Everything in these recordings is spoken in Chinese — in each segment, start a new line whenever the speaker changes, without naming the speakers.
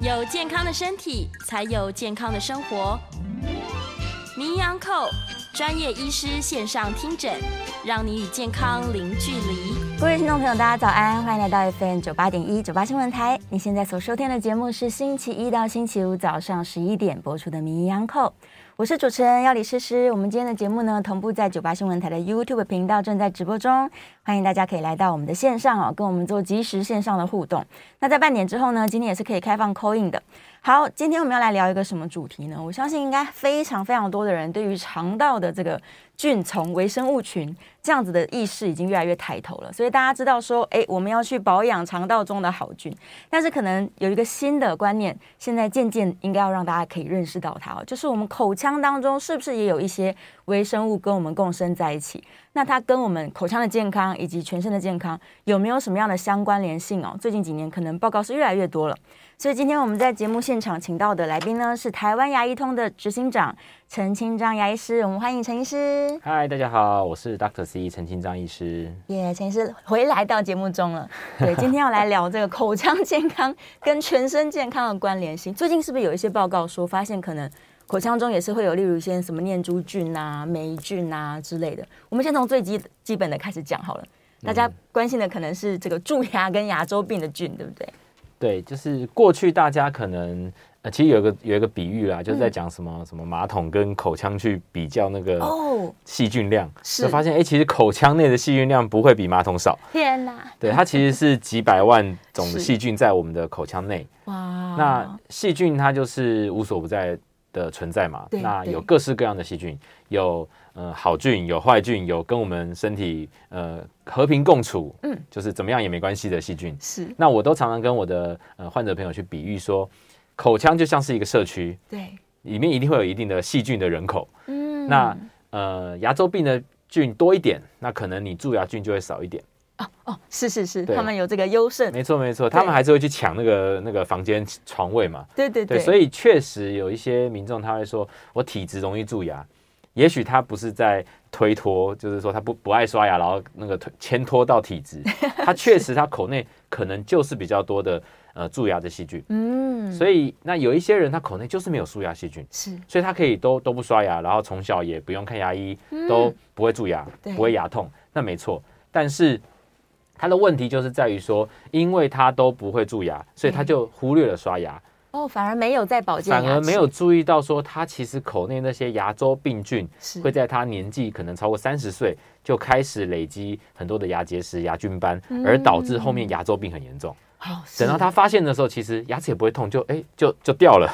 有健康的身体，才有健康的生活。名扬扣专业医师线上听诊，让你与健康零距离。
各位听众朋友，大家早安，欢迎来到 FM 九八点一九八新闻台。你现在所收听的节目是星期一到星期五早上十一点播出的《名医央叩》，我是主持人要李诗诗。我们今天的节目呢，同步在九八新闻台的 YouTube 频道正在直播中，欢迎大家可以来到我们的线上哦，跟我们做即时线上的互动。那在半点之后呢，今天也是可以开放 c a in 的。好，今天我们要来聊一个什么主题呢？我相信应该非常非常多的人对于肠道的这个菌虫、微生物群这样子的意识已经越来越抬头了。所以大家知道说，哎，我们要去保养肠道中的好菌，但是可能有一个新的观念，现在渐渐应该要让大家可以认识到它哦，就是我们口腔当中是不是也有一些微生物跟我们共生在一起？那它跟我们口腔的健康以及全身的健康有没有什么样的相关联性哦？最近几年可能报告是越来越多了。所以今天我们在节目现场请到的来宾呢，是台湾牙医通的执行长陈清章牙医师，我们欢迎陈医师。
嗨，大家好，我是 Doctor C 陈清章医师。
耶，陈医师回来到节目中 了。对，今天要来聊这个口腔健康跟全身健康的关联性。最近是不是有一些报告说，发现可能口腔中也是会有，例如一些什么念珠菌啊、霉菌啊之类的？我们先从最基基本的开始讲好了。大家关心的可能是这个蛀牙跟牙周病的菌，对不对？
对，就是过去大家可能呃，其实有一个有一个比喻啦，
嗯
就是在讲什么、什么马桶跟口腔去比较那个
哦
细菌量，
是
就发现哎、诶其实口腔内的细菌量不会比马桶少，
天哪！
对，它其实是几百万种
是
的细菌在我们的口腔内。
哇，哦
那细菌它就是无所不在的存在嘛，
对
那
对
有各式各样的细菌，有呃好菌，有坏菌，有跟我们身体呃和平共处，
嗯，
就是怎么样也没关系的细菌。
是
那我都常常跟我的呃患者朋友去比喻说，口腔就像是一个社区，
对，
里面一定会有一定的细菌的人口。
嗯
那呃，牙周病的菌多一点，那可能你蛀牙菌就会少一点。
哦，是是是，
对
他们有这个优胜，
没错没错，
对
他们还是会去抢那个那个房间床位嘛。
对 对
对，所以确实有一些民众他会说，我体质容易蛀牙，也许他不是在推脱，就是说他不不爱刷牙，然后那个推牵拖到 体质，他确实他口内可能就是比较多的呃蛀牙的细菌，
嗯，
所以那有一些人他口内就是没有蛀牙细菌。
是
所以他可以都都不刷牙，然后从小也不用看牙医，都不会蛀牙，
嗯对
不会牙痛，那没错。但是他的问题就是在于说，因为他都不会蛀牙，所以
嗯
他就忽略了刷牙，
哦，反而没有在保健牙齿，
反而没有注意到说，他其实口内那些牙周病菌
是
会在他年纪可能超过三十岁就开始累积很多的牙结石、牙菌斑，而导致后面牙周病很严重。
好，嗯哦是
等到他发现的时候，其实牙齿也不会痛，就哎、就就掉 了，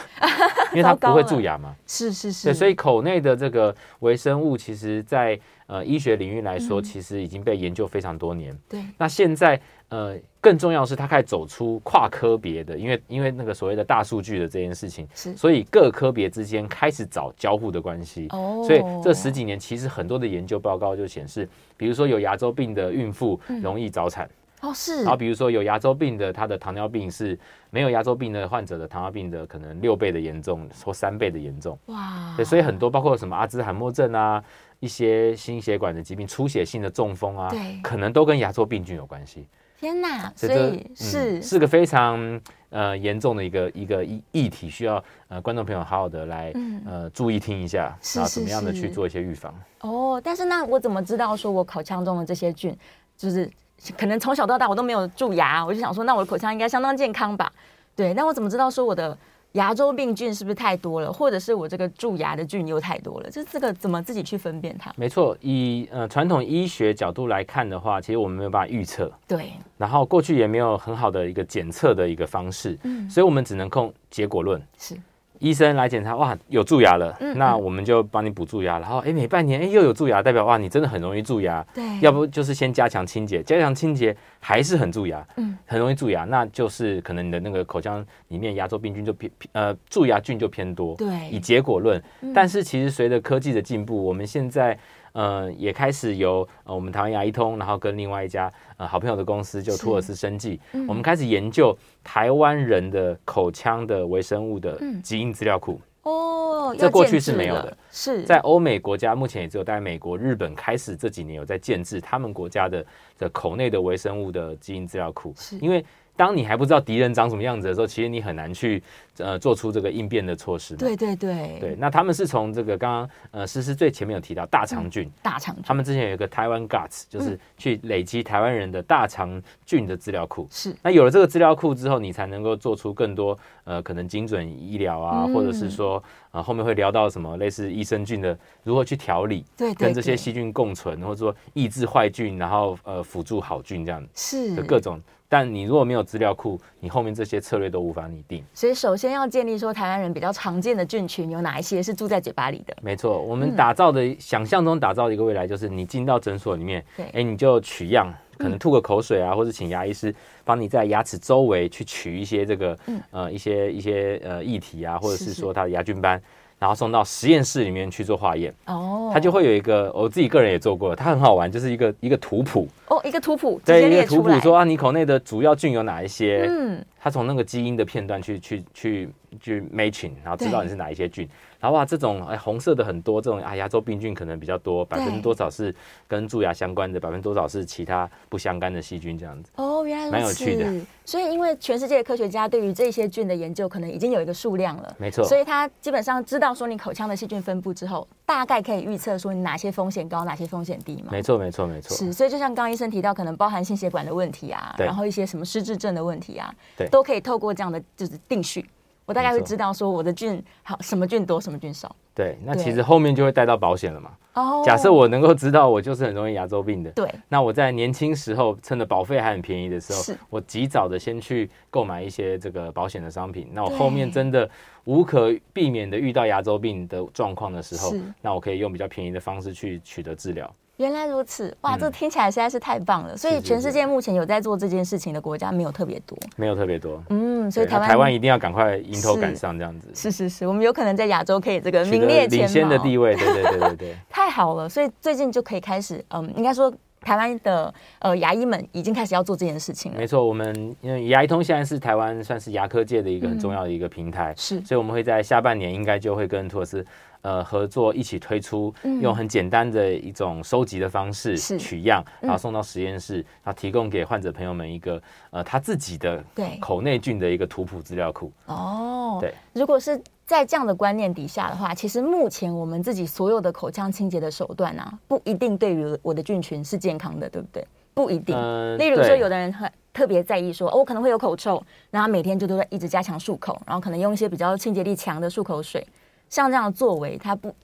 因为他不会蛀牙嘛。
是是是，
对，所以口内的这个微生物，其实在呃医学领域来
嗯
说，其实已经被研究非常多年。
对
那现在呃，更重要的是，它开始走出跨科别的，因为因为那个所谓的大数据的这件事情，
是
所以各科别之间开始找交互的关系。
哦
所以这十几年其实很多的研究报告就显示，比如说有牙周病的孕妇容易早产，
哦嗯是
然后比如说有牙周病的，她的糖尿病是没有牙周病的患者的糖尿病的可能六倍的严重或三倍的严重。
哇，
对，所以很多包括什么阿兹海默症啊，一些心血管的疾病、出血性的中风啊
对，
可能都跟牙周病菌有关系。
天哪，所
所以这
以
嗯
是
是个非常呃严重的一个一个议议题，需要呃观众朋友好好的来、呃注意听一下，
嗯是
然后
是
怎么样的
是
去做一些预防。
哦，但是那我怎么知道说我口腔中的这些菌就是可能从小到大我都没有蛀牙，我就想说那我的口腔应该相当健康吧？对，那我怎么知道说我的牙周病菌是不是太多了，或者是我这个蛀牙的菌又太多了？就这个怎么自己去分辨它？
没错，以呃传统医学角度来看的话，其实我们没有办法预测，
对，
然后过去也没有很好的一个检测的一个方式，
嗯
所以我们只能控结果论。
是
医生来检查，哇，有蛀牙了，
嗯
那我们就帮你补蛀牙。然后，哎，每半年，哎，又有蛀牙，代表哇，你真的很容易蛀牙。
对
要不就是先加强清洁，加强清洁还是很蛀牙，
嗯，
很容易蛀牙，那就是可能你的那个口腔里面牙周病菌就偏呃蛀牙菌就偏多。
对嗯
以结果论，但是其实随着科技的进步，我们现在。呃，也开始由呃我们台湾牙医通，然后跟另外一家呃好朋友的公司，就是托尔斯生技，
嗯
我们开始研究台湾人的口腔的微生物的
嗯
基因资料库。
哦，
这
要
过
建
去
制
是没有
了
的，
是
在欧美国家，目前也只有在美国、日本开始这几年有在建制他们国家的的口内的微生物的基因资料库
是，
因为当你还不知道敌人长什么样子的时候，其实你很难去呃做出这个应变的措施嘛。
对对对
对，那他们是从这个刚刚呃诗诗最前面有提到大肠菌，
大肠菌
他们之前有一个台湾 Guts，就是去累积台湾人的大肠菌的资料库。
是
那有了这个资料库之后，你才能够做出更多呃可能精准医疗啊，
嗯
或者是说呃后面会聊到什么类似益生菌的如何去调理，
对对
跟这些
对
细菌共存，或者说抑制坏菌，然后呃辅助好菌这样
是
的各种。但你如果没有资料库，你后面这些策略都无法拟定。
所以首先要建立说台湾人比较常见的菌群有哪一些是住在嘴巴里的，
没错，我们
嗯
打造的、想象中打造的一个未来，就是你进到诊所里面，
对嗯
哎、你就取样，可能吐个口水啊，或者请牙医师帮你在牙齿周围去取一些这个、呃一些一些呃液体啊，或者
嗯是
是
是
说它的牙菌斑，然后送到实验室里面去做化验，
哦，
它就会有一个我自己个人也做过，它很好玩，就是一个一个图谱，
哦一个图谱直
对
接
一个
列
图
出
谱
来，
说啊，你口内的主要菌有哪一些，
嗯，
他从那个基因的片段去去去去 matching，然后知道
对
你是哪一些菌。然后哇，这种哎红色的很多，这种啊牙周病菌可能比较多，百分之多少是跟蛀牙相关的，百分之多少是其他不相干的细菌这样子。
哦原来
蛮
如
有
此，
趣的
所以因为全世界的科学家对于这些菌的研究可能已经有一个数量了。
没错，
所以他基本上知道说你口腔的细菌分布之后，大概可以预测说你哪些风险高，哪些风险低嘛。
没错，没错，没错。
哦是，所以就像刚刚医生提到，可能包含心血管的问题啊，
对
然后一些什么失智症的问题啊，
对
都可以透过这样的就是定序，我大概会
没错
知道说我的菌好什么菌多，什么菌少。
对，那
对
其实后面就会带到保险了嘛。
哦
假设我能够知道我就是很容易牙周病的，
对
那我在年轻时候趁着保费还很便宜的时
是
候，我及早的先去购买一些这个保险的商品，那我
对
后面真的无可避免的遇到牙周病的状况的时候
是，
那我可以用比较便宜的方式去取得治疗。
原来如此，哇，
嗯
这听起来实在是太棒了。所以
是是
全世界目前有在做这件事情的国家没有特别多，
没有特别多，
嗯，所以
对
台
那
湾
台湾一定要赶快迎头赶
是
上这样子，
是是是，我们有可能在亚洲可以这个
取
名
得
列前
领
茅，
先的地位。对对对 对对，
太好了，所以最近就可以开始，嗯，应该说台湾的呃牙医们已经开始要做这件事情了
没。错，我们因为牙医通现在是台湾算是牙科界的一个很
嗯
重要的一个平台，
是
所以我们会在下半年应该就会跟托斯呃合作一起推出，用很简单的一种收集的方式
嗯是嗯
取样，然后送到实验室，然后提供给患者朋友们一个呃他自己的
对
口内菌的一个图谱资料库。
哦，
对，
如果是在这样的观念底下的话，其实目前我们自己所有的口腔清洁的手段啊，不一定对于我的菌群是健康的，对不对？不一定。
嗯
例如说，
对
有的人很特别在意说，哦，我可能会有口臭，然后每天就都在一直加强漱口，然后可能用一些比较清洁力强的漱口水，像这样的作为，他不，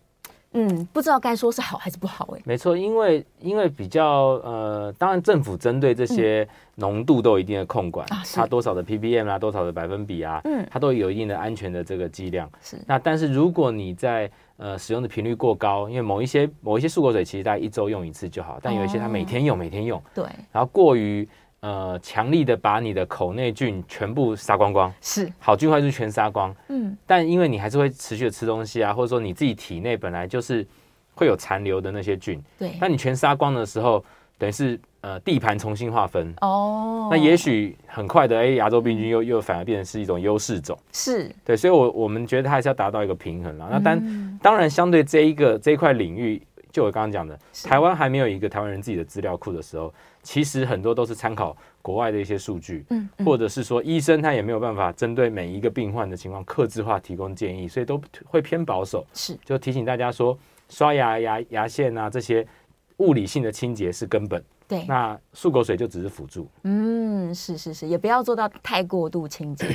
嗯，不知道该说是好还是不好、哎，
没错，因为因为比较呃，当然政府针对这些浓度都有一定的控管，
嗯啊是
它多少的 ppm 啊，多少的百分比啊，
嗯
它都有一定的安全的这个剂量。
是
那但是如果你在呃使用的频率过高，因为某一些某一些漱口水其实大概一周用一次就好，但有一些它
哦
每天用每天用，
对，
然后过于呃强力的把你的口内菌全部杀光光，
是，
好菌坏菌全杀光，
嗯，
但因为你还是会持续的吃东西啊，或者说你自己体内本来就是会有残留的那些菌。
对
那，你全杀光的时候，等于是呃地盘重新划分。
哦，
那也许很快的，哎、亚洲病菌又又反而变成是一种优势种，
是
对，所以我，我们觉得它还是要达到一个平衡啦。那当、
嗯
当然，相对这一个这一块领域，就我刚刚讲的，台湾还没有一个台湾人自己的资料库的时候，其实很多都是参考国外的一些数据，
嗯
或者是说医生他也没有办法针对每一个病患的情况克制化提供建议，所以都会偏保守。
是
就提醒大家说，刷牙、牙牙线啊这些物理性的清洁是根本，
对，
那漱口水就只是辅助。
嗯，是是是，也不要做到太过度清洁。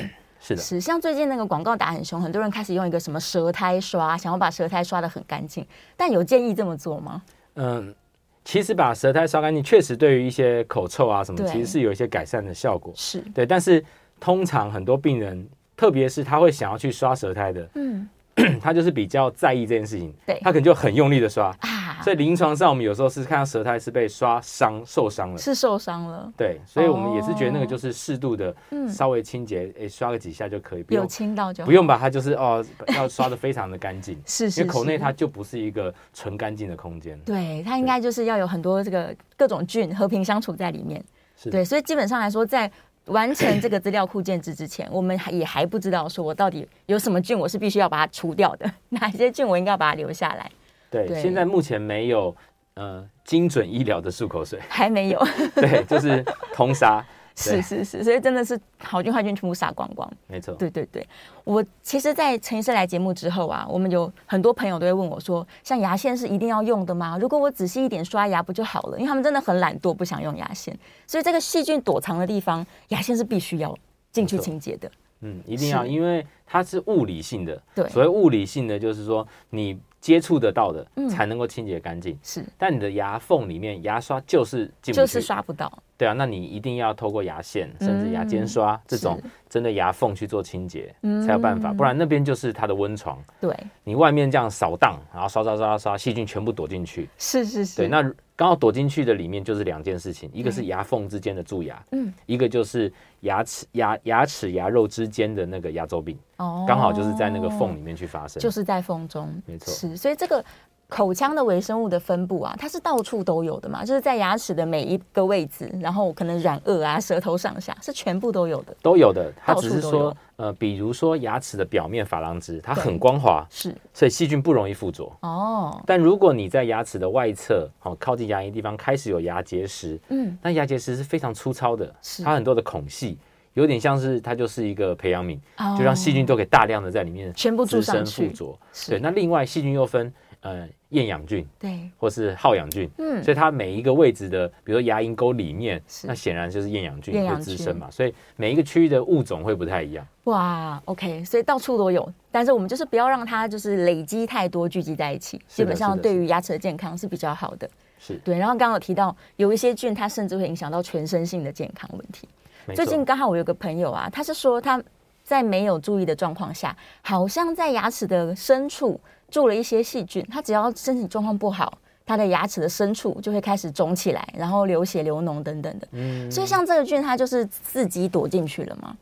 是的，
是，像最近那个广告打很凶，很多人开始用一个什么舌苔刷，想要把舌苔刷得很干净，但有建议这么做吗？
嗯，其实把舌苔刷干净，确实对于一些口臭啊什么，
对
其实是有一些改善的效果。
是，
对，但是通常很多病人，特别是他会想要去刷舌苔的，
嗯
他就是比较在意这件事情，
对
他可能就很用力的刷。
啊，
所以临床上，我们有时候是看到舌苔是被刷伤、受伤了，
是受伤了，
对，所以我们也是觉得
哦
那个就是适度的，
嗯
稍微清洁，诶、刷个几下就可以，不
有
用
清到就好，
不。用把它就是哦， 要刷的非常的干净
是是
因为口内
是
它就不是一个纯干净的空间。
对，它应该就是要有很多这个各种菌和平相处在里面。
是
对，所以基本上来说，在完成这个资料库建制之前，我们还也还不知道说我到底有什么菌，我是必须要把它除掉的， 哪些菌我应该要把它留下来，
对，
对，
现在目前没有呃精准医疗的漱口水
还没有。
对，就是通杀。
是是是，所以真的是好菌坏菌全部杀光光。
没错，
对对对，我其实，在陈医师来节目之后啊，我们有很多朋友都会问我说，像牙线是一定要用的吗？如果我仔细一点刷牙不就好了？因为他们真的很懒惰，不想用牙线，所以这个细菌躲藏的地方，牙线是必须要进去
没错
清洁的。
嗯，一定要，
是
因为它是物理性的。
对
所谓物理性的，就是说你接触得到的
嗯
才能够清洁干净，
是，
但你的牙缝里面牙刷就是进不去，
就是刷不到。
对啊，那你一定要透过牙线甚至牙尖
嗯
刷、这种针对牙缝去做清洁、才有办法，不然那边就是它的温床，
对，
你外面这样扫荡，然后刷刷刷刷，细菌全部躲进去。
是是是。
对，那刚好躲进去的里面就是两件事情，一个是牙缝之间的蛀牙，
嗯，
一个就是牙齿牙牙齿牙肉之间的那个牙周病，
哦
刚好就是在那个缝里面去发生。
就是在风中，
没错
是，所以这个口腔的微生物的分布啊，它是到处都有的嘛，就是在牙齿的每一个位置，然后可能软腭啊、舌头上下，是全部都有的。
都有的，它
到
只
处
是
都
说
有，
呃，比如说牙齿的表面珐琅质，它
对
很光滑，
是
所以细菌不容易附着。
哦，
但如果你在牙齿的外侧，哦，靠近牙龈地方开始有牙结石，
嗯，
那牙结石是非常粗糙的，
是
它很多的孔隙，有点像是它就是一个培养皿，
哦
就让细菌都给大量的在里面
全部住
滋
上
生
去
附着。
是
对，那另外细菌又分呃厌氧菌
对，
或是好氧菌，
嗯
所以它每一个位置的，比如说牙龈沟里面，
是
那显然就是厌氧菌
厌
会
氧
滋
菌
生嘛，所以每一个区域的物种会不太一样。
哇，OK，所以到处都有，但是我们就是不要让它就是累积太多，聚集在一起，基
是的
本
是
上
的
对
是的
于牙齿的健康是比较好的。
是，
对，然后刚刚有提到有一些菌，它甚至会影响到全身性的健康问题。
没
最
错
近刚好我有个朋友啊，他是说他在没有注意的状况下，好像在牙齿的深处住了一些细菌。他只要身体状况不好，他的牙齿的深处就会开始肿起来，然后流血、流脓等等的。
嗯
所以像这个菌，它就是自己躲进去了嘛。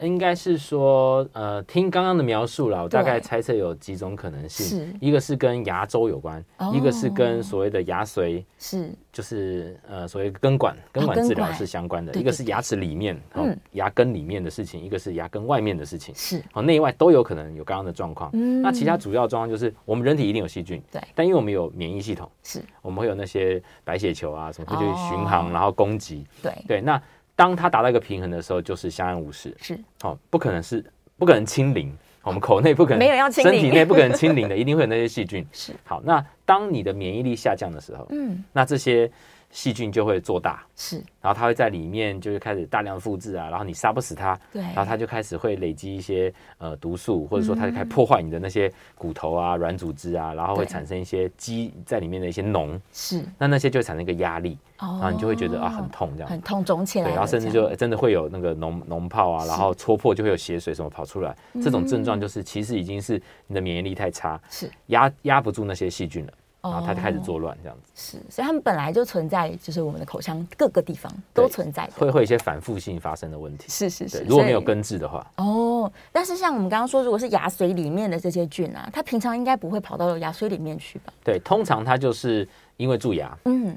应该是说，呃，听刚刚的描述啦，我大概
对
猜测有几种可能性
是，
一个是跟牙周有关，
哦
一个是跟所谓的牙髓，
是就是
是呃所谓根管根管
啊根
治疗
管
是相关的，
对
一个
对
是
对
牙齿里面，哦
嗯
牙根里面的事情，一个是牙根外面的事情，
是，
哦，内外都有可能有刚刚的状况。
嗯
那其他主要状况就是我们人体一定有细菌，
对
但因为我们有免疫系统，
是
我们会有那些白血球啊什么会去巡
哦
航，然后攻击，
对
对，那当它达到一个平衡的时候，就是相安无事。
是
哦，不可能是不可能清零，我们口内不可能
没有要清
身体
零
内不可能清零的，一定会有那些细菌。
是，
好，那当你的免疫力下降的时候，
嗯
那这些细菌就会做大，
是
然后它会在里面就是开始大量复制啊，然后你杀不死它，
对
然后它就开始会累积一些呃毒素，或者说它就开始破坏你的那些骨头啊、软组织啊，然后会
嗯对
产生一些积在里面的一些脓，
是
那那些就会产生一个压力，
哦
然后你就会觉得啊很痛这样子
很痛，肿起来了
对，
这样，
然后甚至就呃真的会有那个脓脓泡啊，然后戳破就会有血水什么跑出来，这种症
嗯
状就是其实已经是你的免疫力太差，
是
压压不住那些细菌了，然后它就开始
哦
作乱这样子，
是，所以它们本来就存在，就是我们的口腔各个地方都
对
存在的。
会会有一些反复性发生的问题。
是是
对
是，，
如果没有
所以
根治的话，
哦，但是像我们刚刚说，如果是牙髓里面的这些菌啊，它平常应该不会跑到牙髓里面去吧？
对，通常它就是因为蛀牙，
嗯，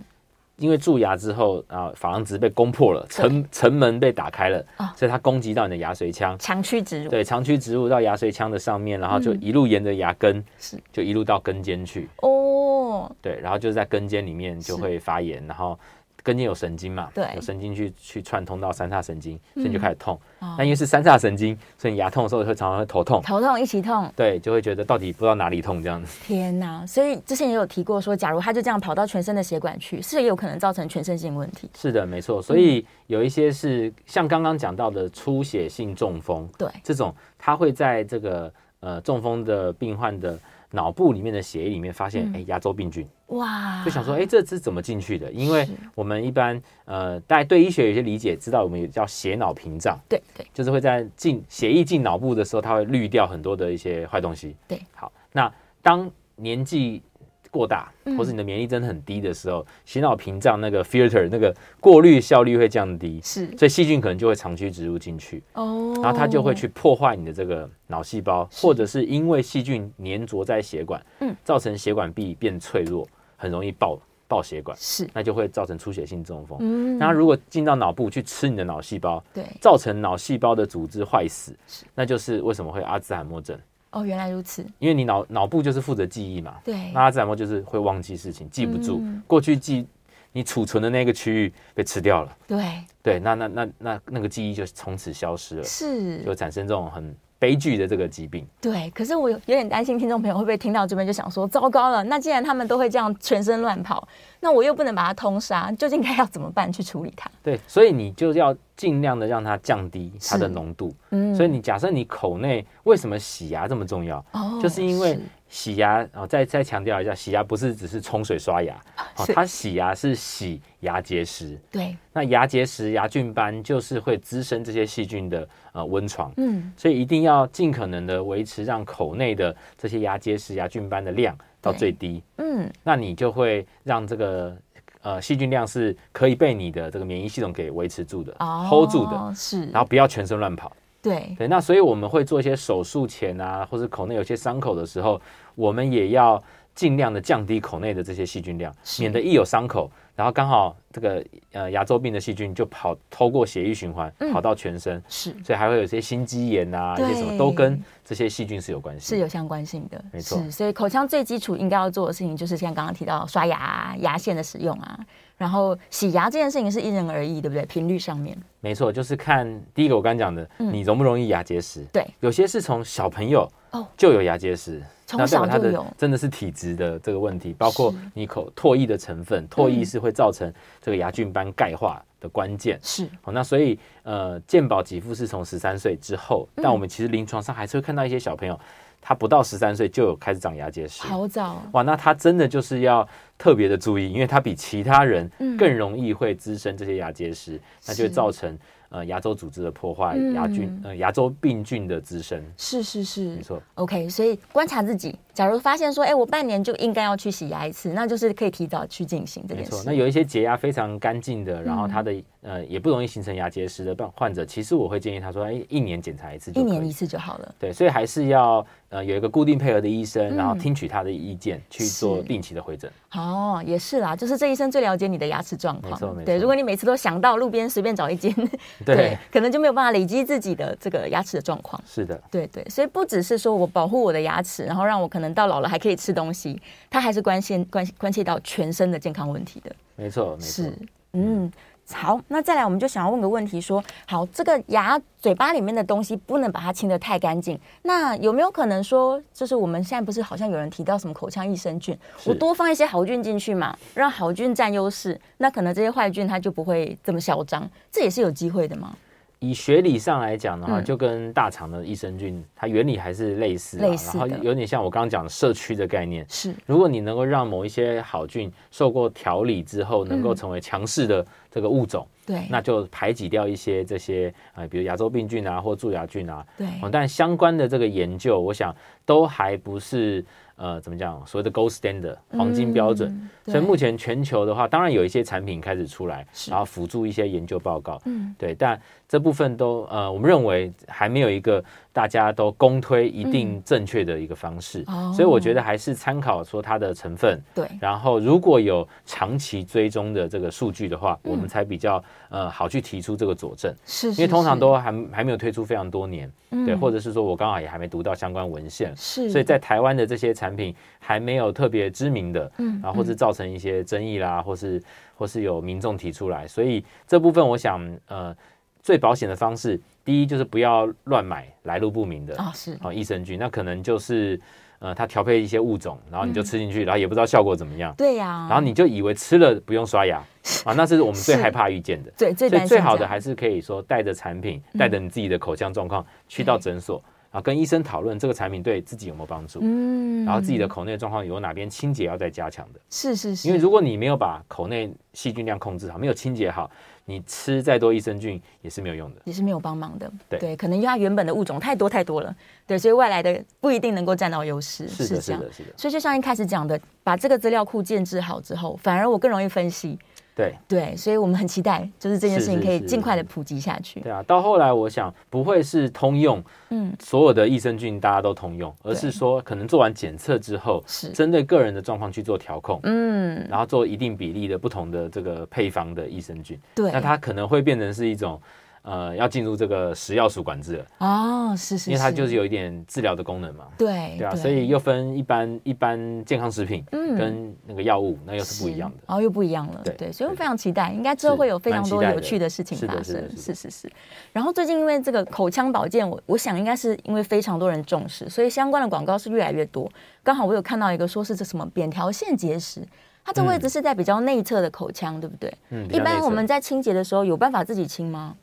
因为蛀牙之后啊，珐琅质被攻破了，城城门被打开了
哦，
所以它攻击到你的牙髓腔，
强驱直入。
对，长驱直入到牙髓腔的上面，然后就一路沿着牙根，
嗯是
就一路到根尖去，
哦，
对，然后就是在根尖里面就是会发炎，然后根尖有神经嘛，
对
有神经去去串通到三叉神经，所以你就开始痛。
哦
那因为是三叉神经，所以你牙痛的时候会常常会头痛，
头痛一起痛，
对，就会觉得到底不知道哪里痛这样子。
天哪！所以之前也有提过说，假如它就这样跑到全身的血管去，是也有可能造成全身性问题。
是的，没错。所
嗯
以有一些是像刚刚讲到的出血性中风，
对，
这种它会在这个呃中风的病患的脑部里面的血液里面发
嗯
现，哎、牙周病菌。
哇，
就想说，哎、这是怎么进去的？因为
啊是
我们一般，呃，大家对医学有些理解，知道我们有叫血脑屏障，
对对
就是会在进血液进脑部的时候，它会滤掉很多的一些坏东西。
对，
好，那当年纪过大，
嗯
或是你的免疫力真的很低的时候，血脑屏障那个 filter 那个过滤效率会降低，
是
所以细菌可能就会长驱直入进去，
哦，
然后它就会去破坏你的这个脑细胞，或者是因为细菌粘着在血管，
嗯，
造成血管壁变脆弱，很容易爆爆血管，
是
那就会造成出血性中风。
嗯
那如果进到脑部去吃你的脑细胞，
对
造成脑细胞的组织坏死
是，
那就是为什么会阿兹海默症，
哦，原来如此，
因为你脑脑部就是负责记忆嘛，
对
那阿兹海默就是会忘记事情，记不住，
嗯
过去记你储存的那个区域被吃掉了，
对，
对，那那那那那个记忆就从此消失了，
是
就产生这种很悲剧的这个疾病。
对，可是我有有点担心，听众朋友会不会听到这边就想说，糟糕了，那既然他们都会这样全身乱跑，那我又不能把它通杀，究竟该要怎么办去处理它？
对，所以你就要尽量的让它降低它的
是
浓度。
嗯
所以你假设你口内为什么洗牙这么重要？
哦
就是因为洗牙啊、哦再再强调一下，洗牙不是只是冲水刷牙，哦
啊是，
它洗牙是洗牙结石。
对，
那牙结石、牙菌斑就是会滋生这些细菌的呃温床，
嗯，
所以一定要尽可能的维持让口内的这些牙结石、牙菌斑的量到
对
最低，
嗯，
那你就会让这个呃细菌量是可以被你的这个免疫系统给维持住的、
哦
hold 住的，
是，
然后不要全身乱跑。
对，
对，那所以我们会做一些手术前啊，或是口内有些伤口的时候，我们也要尽量的降低口内的这些细菌量，
是
免得一有伤口，然后刚好这个呃牙周病的细菌就跑透过血液循环
嗯
跑到全身，
是
所以还会有一些心肌炎啊，一些什么都
对
跟这些细菌是有关系。
是有相关性的，
没错
是，所以口腔最基础应该要做的事情，就是像刚刚提到刷牙啊、牙线的使用啊，然后洗牙这件事情是因人而异，对不对？频率上面，
没错，就是看第一个我刚讲的，你容不容易牙结石？
嗯对，
有些是从小朋友
哦
就有牙结石，
从
那代表
小
他
就
的
有
真的是体质的这个问题，包括你口唾液的成分，唾
嗯
液是会造成这个牙菌斑钙化的关键。
是
好、那所以呃，健保给付是从十三岁之后，
嗯
但我们其实临床上还是会看到一些小朋友，他不到十三岁就有开始长牙结石。
好早，
哇，那他真的就是要特别的注意，因为他比其他人
嗯
更容易会滋生这些牙结石，那就会
是
造成呃牙周组织的破坏、
嗯
牙菌呃牙周病菌的滋生。
是是是，
没错，
OK，所以观察自己，假如发现说，哎、我半年就应该要去洗牙一次，那就是可以提早去进行这
没
件
错
事。。
那有一些洁牙非常干净的，然后
嗯
他的、呃也不容易形成牙结石的患患者，其实我会建议他说，哎，一年检查一次
一
就可
年一
以。
次就好了。
对，所以还是要呃有一个固定配合的医生，然后
嗯
听取他的意见去做
是
定期的回诊。
哦，也是啦，就是这一生最了解你的牙齿状
没错
况。
没
对，
错
如果你每次都想到路边随便找一间，
对，
可能就没有办法累积自己的这个牙齿的状况。
是的。
对对，所以不只是说我保护我的牙齿，然后让我可能到老了还可以吃东西，它还是关心关关切到全身的健康问题的。
没错，没错
是，，嗯，好，那再来我们就想要问个问题说，好，这个牙嘴巴里面的东西不能把它清得太干净，那有没有可能说，就是我们现在不是好像有人提到什么口腔益生菌，
是
我多放一些好菌进去嘛，让好菌占优势，那可能这些坏菌它就不会这么嚣张，这也是有机会的嘛？
以学理上来讲的话，
嗯
就跟大肠的益生菌，它原理还是类似啊，
类似的
然后有点像我刚刚讲的社区的概念。
是，
如果你能够让某一些好菌受过调理之后，能够成为强势的这个物种，
对，
那就排挤掉一些这些呃，比如牙周病菌啊或蛀牙菌啊。
对，
哦，但相关的这个研究，我想都还不是呃怎么讲所谓的 gold standard 黄金标准。
嗯
所以目
对
前全球的话，当然有一些产品开始出来，
是
然后辅助一些研究报告。
嗯，
对，但这部分都呃，我们认为还没有一个大家都公推一定正确的一个方式，
嗯哦
所以我觉得还是参考说它的成分，
对，
然后如果有长期追踪的这个数据的话，我们才比较呃好去提出这个佐证，
嗯是，
因为
是
通常
是
都还还没有推出非常多年，对，
嗯
或者是说我刚好也还没读到相关文献，
是，
所以在台湾的这些产品还没有特别知名的，
嗯
然后或是造成一些争议啦，或是或是有民众提出来，所以这部分我想，呃，最保险的方式，第一就是不要乱买来路不明的
啊是
哦益生菌，那可能就是呃它调配一些物种，然后你就吃
嗯
进去，然后也不知道效果怎么样，
对呀，
然后你就以为吃了不用刷牙啊，那是我们最
哦是
害怕遇见的。
对最
所
担
以
心
最好
这
的
样嗯
还是可以说带着产品，带着你自己的口腔状况去到诊所，然后跟医生讨论这个产品对自己有没有帮助，
嗯
然后自己的口内状况有哪边清洁要再加强的。
是是是，
因为如果你没有把口内细菌量控制好，没有清洁好，你吃再多益生菌也是没有用的。
也是没有帮忙的。
对
可能因为它原本的物种太多太多了，对，所以外来的不一定能够占到优势，
是的，
这
是
样。
的，是的，
所以就像一开始讲的，把这个资料库建制好之后，反而我更容易分析。
对。
对，所以我们很期待，就是这件
是
事情
是
可以
是
尽快的普及下去。
对啊，到后来我想不会是通用，
嗯
嗯，所有的益生菌大家都通用，而
对
是说可能做完检测之后，
是
针对个人的状况去做调控，
嗯，
然后做一定比例的不同的这个配方的益生菌，
对，
那它可能会变成是一种呃要进入这个食药署管制了，
哦，是是是，哎
因为它就是有一点治疗的功能嘛。
对
对啊，所以又分一般一般健康食品
嗯
跟那个药物，那又是不一样的。
然哦后又不一样了，
对
对，所以我
对
非常期待，应该之后
是
会有非
蛮
常
期
多
待
有
的
趣的事情
是的
发
是
生
的，是
是是是。然后最近因为这个口腔保健，我我想应该是因为非常多人重视，所以相关的广告是越来越多。刚好我有看到一个说是这什么扁桃腺结石，它这位置是在比较内侧的口腔，对不对？
嗯，比
一
较内
般
侧
我们在清洁的时候有办法自己清吗？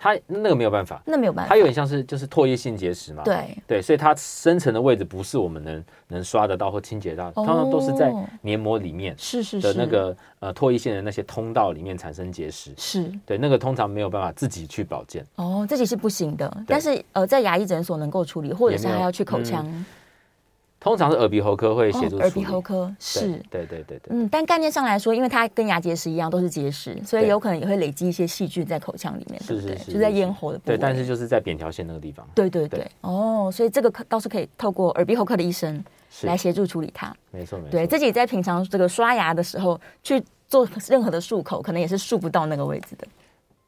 它那个没有办法，
那没有办法，
它有点像是就是唾液性结石嘛。
对
对，所以它深层的位置不是我们能能刷得到或清洁到，
哦
通常都是在黏膜里面
是是
的
是
那个呃唾液腺的那些通道里面产生结石。
是
对，那个通常没有办法自己去保健。
哦，自己是不行的，但是呃，在牙医诊所能够处理，或者
也
是
没有
还要去口
嗯
腔
通常是耳鼻喉科会协助处
哦
理。
耳鼻喉科
对
是。
对对对对，
嗯，但概念上来说，因为它跟牙结石一样都是结石，所以
对
有可能也会累积一些细菌在口腔里面，对不
是
对
是？是，
就在
是
咽喉的部位。
对，但是就是在扁桃腺那个地方。
对对对
对
哦，所以这个可倒是可以透过耳鼻喉科的医生
是
来协助处理它。
没错没错。
对，自己在平常这个刷牙的时候去做任何的漱口，可能也是漱不到那个位置的。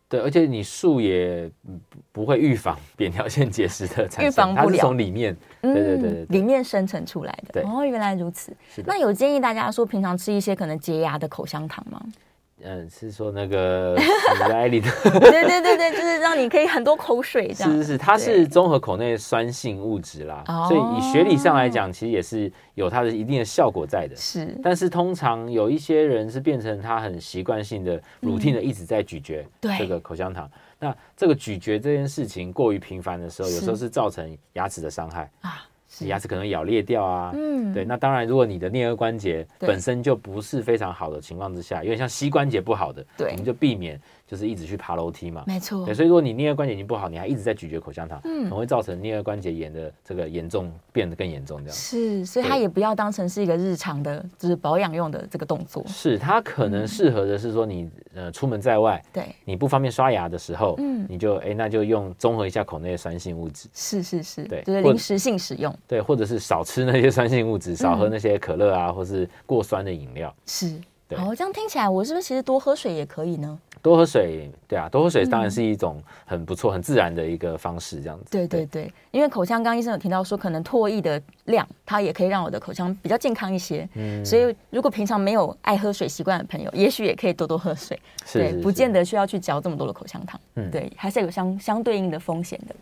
对，而且你术也嗯不不会预防扁桃腺结石的产生，
预防不
它是
了嗯
从里面，对对对对对
里面生成出来的。
对
哦，原来如此。
是的
那，有建议大家说平常吃一些可能洁牙的口香糖吗？
嗯，是说那个史莱里的，
对对对对，就是让你可以很多口水这
是是
样。
是，它
对
是综合口内酸性物质啦
哦，
所以以学理上来讲，其实也是有它的一定的效果在的。
是
但是通常有一些人是变成他很习惯性的、routine 的一直在咀嚼
嗯对
这个口香糖。那这个咀嚼这件事情过于频繁的时候，有时候
是
是造成牙齿的伤害，
啊，是
牙齿可能咬裂掉啊，
嗯
对，那当然，如果你的颞颌关节
对
本身就不是非常好的情况之下，有点像膝关节不好的，
对
我们就避免就是一直去爬楼梯嘛。
没错
对，，所以如果你颞颌关节已经不好，你还一直在咀嚼口香糖，
嗯
嗯，很会造成颞颌关节炎的这个严重变得更严重这样。
是，所以它
对
也不要当成是一个日常的，就是保养用的这个动作。
是，它可能适合的是说你呃出门在外，
对，
你不方便刷牙的时候，
嗯
嗯，你就哎、那就用综合一下口内的酸性物质，
是是是，
对
就是
或
临时性使用，
对，或者是少吃那些酸性物质，少喝
嗯
那些可乐啊，或是过酸的饮料。
是。
对
好，这样听起来，我是不是其实多喝水也可以呢？
多喝水，对啊，多喝水当然是一种很不错、很自然的一个方式，这样子。
嗯对对对，因为口腔刚医生有提到说，可能唾液的量，它也可以让我的口腔比较健康一些。
嗯
所以如果平常没有爱喝水习惯的朋友，也许也可以多多喝水。
是
对，不见
得
得需要去嚼这么多的口香糖，
嗯
对，还是有相相对应的风险的。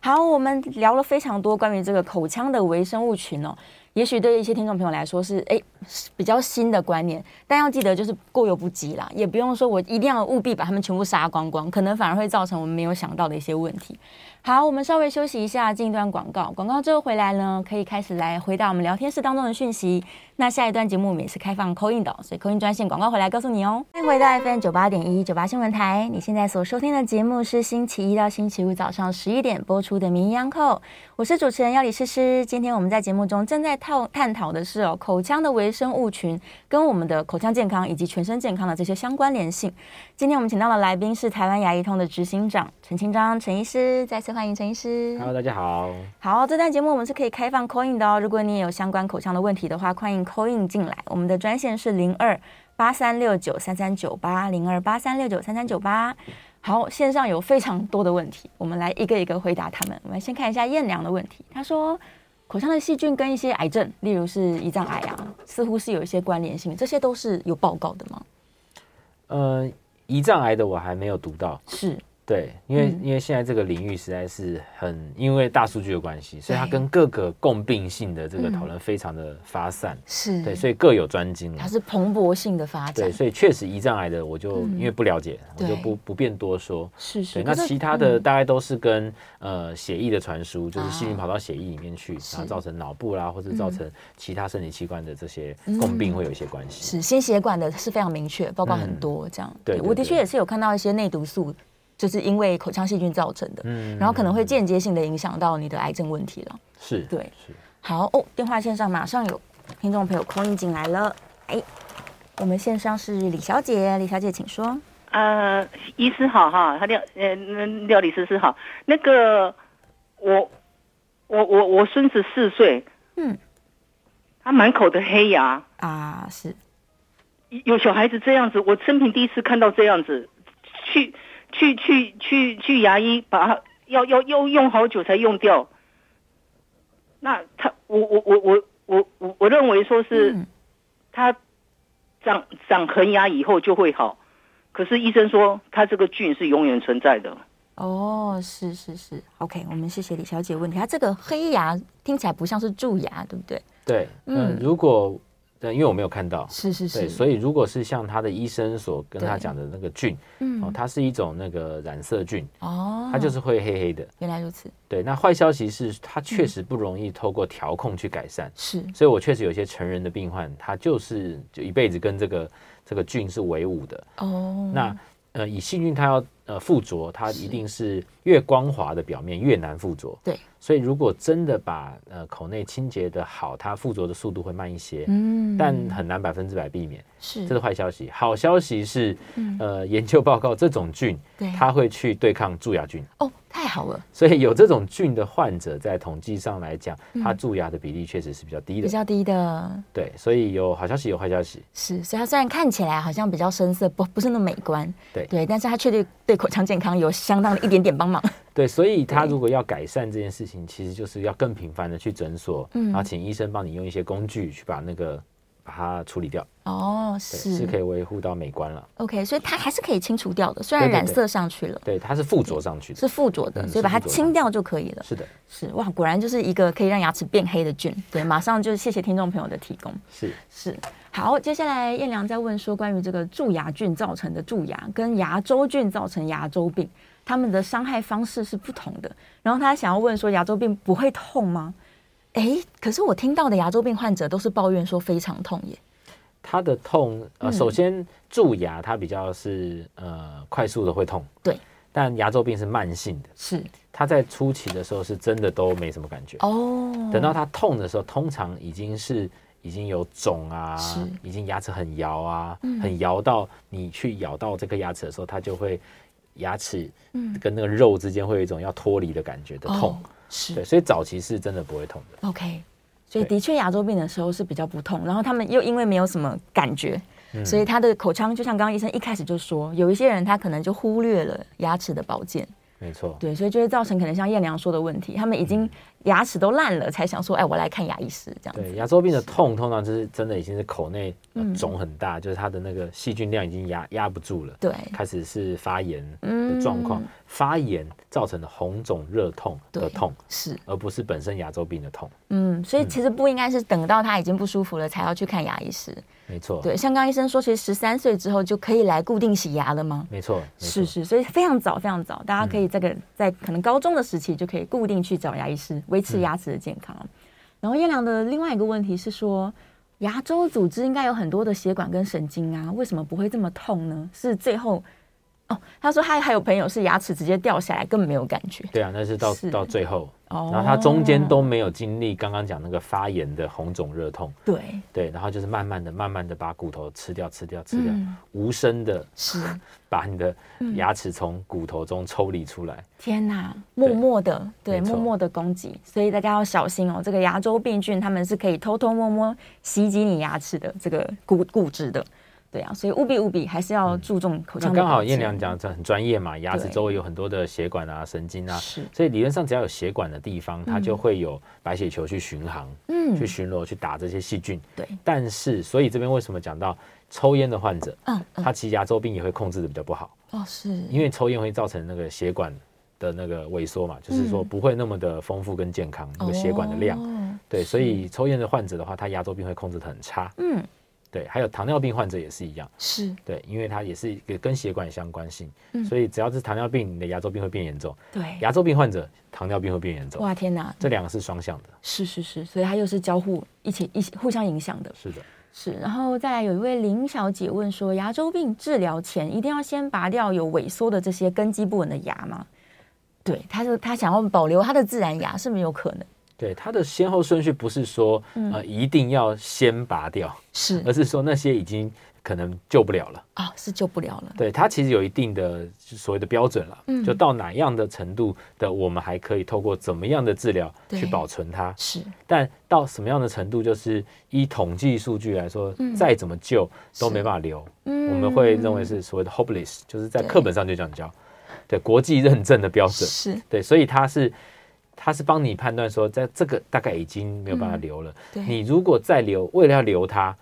好，我们聊了非常多关于这个口腔的微生物群哦，也许对一些听众朋友来说是哎是比较新的观念，但要记得就是过犹不及啦，也不用说我一定要务必把它们全部杀光光，可能反而会造成我们没有想到的一些问题。好，我们稍微休息一下，进一段广告。广告之后回来呢，可以开始来回答我们聊天室当中的讯息。那下一段节目我们也是开放扣印的，所以扣印专线广告回来告诉你哦。欢迎回到 FM 九八点一九八新闻台，你现在所收听的节目是星期一到星期五早上十一点播出的《名医央叩》，我是主持人要李诗诗。今天我们在节目中正在探探讨的是哦，口腔的微生物群跟我们的口腔健康以及全身健康的这些相关联性。今天我们请到的来宾是台湾牙医通的执行长陈清章陈医师，再次欢迎陈医师。
Hello，大家好。
好，这段节目我们是可以开放 call in 的哦。如果你也有相关口腔的问题的话，欢迎 call in 进来。我们的专线是零二八三六九三三九八零二八三六九三三九八。好，线上有非常多的问题，我们来一个一个回答他们。我们先看一下燕良的问题，他说口腔的细菌跟一些癌症，例如是胰脏癌啊，似乎是有一些关联性，这些都是有报告的吗？
呃，胰脏癌的我还没有读到，
是，
对，因为、
嗯
因为现在这个领域实在是很，因为大数据的关系，所以它
对
跟各个共病性的这个
嗯
讨论非常的发散，
是，
对，所以各有专精
嗯它是蓬勃性的发展
嗯对，，所以确实胰脏癌的我就、
嗯
因为不了解，我就
对
不不便多说。
是是。
对，那
可是嗯
其他的大概都是跟、呃血液的传输，就是细菌
啊
跑到血液里面去，然后
是
造成脑部啦，或者造成其他生理器官的这些
嗯
共病会有一些关系。
是心血管的是非常明确，报告很
嗯
多这样。
对对
我的确
对
也是有看到一些内毒素，就是因为口腔细菌造成的，
嗯
然后可能会间接性的影响到你的癌症问题了。
是，
对
是
好哦，电话线上马上有听众朋友空音进来了，哎，我们线上是李小姐，李小姐请说。
呃，医师好哈，他廖呃那廖理师师好，那个我我我我孙子四岁，
嗯，
他满口的黑牙，
啊，是
有小孩子这样子，我生平第一次看到这样子，去去去去去牙医，把它要要要用好久才用掉。那他，我我我我我我我认为说是
嗯
他长长恒牙以后就会好，可是医生说他这个菌是永远存在的。
哦，是是是，OK，我们谢谢李小姐的问题。她这个黑牙听起来不像是蛀牙，对不对？
对，嗯
嗯，
如果对，因为我没有看到，
是是是，
对，所以如果是像他的医生所跟他
对
讲的那个菌，哦，
嗯，
它是一种那个染色菌，
哦，
它就是会黑黑的。
原来如此，
对，那坏消息是它
嗯
确实不容易透过调控去改善，
是
所以我确实有些成人的病患，他就是就一辈子跟这个这个菌是为伍的。
哦，
那呃，以细菌它要呃附着，它一定是越光滑的表面越难附着。
对，
所以如果真的把呃口内清洁的好，它附着的速度会慢一些，
嗯，
但很难百分之百避免，
是嗯
这是坏消息。好消息是，呃，研究报告这种菌
对
它会去对抗蛀牙菌。
哦，太好了，
所以有这种菌的患者，在统计上来讲，他蛀牙的比例确实是比较
嗯
低
比
的。
较低的。
对，所以有好消息，有坏消息。
是，所以它虽然看起来好像比较深色，不不是那么美观，
对
对，但是它确对对口腔健康有相当的一点点帮忙。
对，所以他如果要改善这件事情，其实就是要更频繁的去诊所，
嗯
然后请医生帮你用一些工具去把那个把它处理掉，
哦，
对，
是
是可以维护到美观了。
OK，所以它还是可以清除掉的，虽然
对对
染
对
色上去了。
对，它是附着上去的。
是附着的，
嗯
所以把它
是附着的
清掉就可以了。
是的，
是哇，果然就是一个可以让牙齿变黑的菌。对，马上就谢谢听众朋友的提供。
是。
是好，接下来燕良在问说，关于这个蛀牙菌造成的蛀牙跟牙周菌造成牙周病，它们的伤害方式是不同的。然后他想要问说，牙周病不会痛吗？诶，可是我听到的牙周病患者都是抱怨说非常痛耶。
它的痛，呃，
嗯
首先蛀牙它比较是呃快速的会痛，
对，
但牙周病是慢性的，
是
它在初期的时候是真的都没什么感觉，
哦，
等到它痛的时候，通常已经是已经有肿啊
是，嗯
已经牙齿很摇啊，很摇到你去咬到这颗牙齿的时候，它就会牙齿跟那个肉之间会有一种要脱离的感觉的痛。
嗯哦是
对，所以早期是真的不会痛的。
OK，所以
对
的确牙周病的时候是比较不痛，然后他们又因为没有什么感觉，所以他的口腔就像刚刚医生一开始就说，有一些人他可能就忽略了牙齿的保健，
没错，
对，所以就会造成可能像燕良说的问题，他们已经牙齿都烂了，才想说，哎，我来看牙医师这样
对，
子。
牙周病的痛通常就是真的已经是口内呃
嗯
肿很大，就是它的那个细菌量已经压压不住了。
对，
开始是发炎的状况，
嗯
发炎造成的红肿热痛的
对
痛，
是，
而不是本身牙周病的痛。
嗯，所以其实不应该是等到他已经不舒服了才要去看牙医师。
没错，
对，像刚刚医生说，其实十三岁之后就可以来固定洗牙了吗？
没错，没
是
错，嗯
是，所以非常早非常早，大家可以这个、在可能高中的时期就可以固定去找牙医师，维
嗯
持牙齿的健康。然后燕良的另外一个问题是说，牙周组织应该有很多的血管跟神经啊，为什么不会这么痛呢？是最后哦，他说他还有朋友是牙齿直接掉下来，根本没有感觉
对啊，那是到
是
到最后，
哦
然后它中间都没有经历刚刚讲那个发炎的红肿热痛，
对，
对，然后就是慢慢的、慢慢的把骨头吃掉、吃掉、吃掉，
嗯
无声的
是
把你的牙齿从骨头中抽离出来。
天哪，默默的对，
没错
默默的攻击，所以大家要小心哦，这个牙周病菌他们是可以偷偷摸摸袭击你牙齿的这个骨骨质的。对啊，所以务必务必还是要注重口腔
那
的保健。
刚好燕良讲的很专业嘛，牙齿
对
周围有很多的血管啊、神经啊，
是，
所以理论上只要有血管的地方，它就会有白血球去巡航、
嗯
去，巡逻、去打这些细菌。
对，
但是，所以这边为什么讲到抽烟的患者，
嗯嗯，
他其实牙周病也会控制的比较不好。
哦是，
因为抽烟会造成那个血管的那个萎缩嘛，就是说不会那么的丰富跟健康，那个血管的量。
嗯哦
对，所以抽烟的患者的话，他牙周病会控制的很差。
嗯
对，还有糖尿病患者也是一样。
是，
对，因为它也是一个跟血管相关性，
嗯
所以只要是糖尿病，你的牙周病会变严重；
对，
牙周病患者糖尿病会变严重。
哇天哪，
这两个是双向的。
是是是，所以它又是交互一起一起互相影响的。
是的，
是，然后再来有一位林小姐问说，牙周病治疗前一定要先拔掉有萎缩的这些根基不稳的牙吗？对，她说她想要保留她的自然牙是没有可能，
对它的先后顺序不是说
嗯
呃一定要先拔掉，
是
而是说那些已经可能救不了了。
啊、是救不了了。
对它其实有一定的所谓的标准了，
嗯
就到哪样的程度的，我们还可以透过怎么样的治疗
对
去保存它。
是
但到什么样的程度，就是依统计数据来说，
嗯
再怎么救都没办法留，我们会认为是所谓的 hopeless，就是在
对
课本上就这样教。对国际认证的标准，
是
对，所以它是它是帮你判断说，在这个大概已经没有办法
嗯
留了。
对，
你如果再留，为了要留它，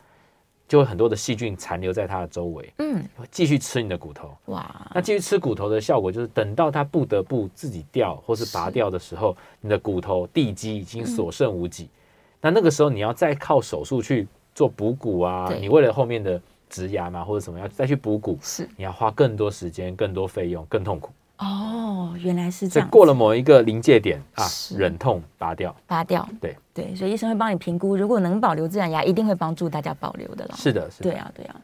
就会很多的细菌残留在它的周围，
嗯，
会继续吃你的骨头。
哇，
那继续吃骨头的效果就是，等到它不得不自己掉或是拔掉的时候，你的骨头地基已
嗯
经所剩无几。那那个时候你要再靠手术去做补骨啊
对，
你为了后面的植牙嘛或者什么要再去补骨，
是
你要花更多时间、更多费用、更痛苦。
哦，原来是这
所以
样子。
过了某一个临界点啊
是，哦
忍痛拔掉。
拔掉，
对
对，所以医生会帮你评估，如果能保留自然牙，一定会帮助大家保留的啦。
是的，是的。
对啊，对啊。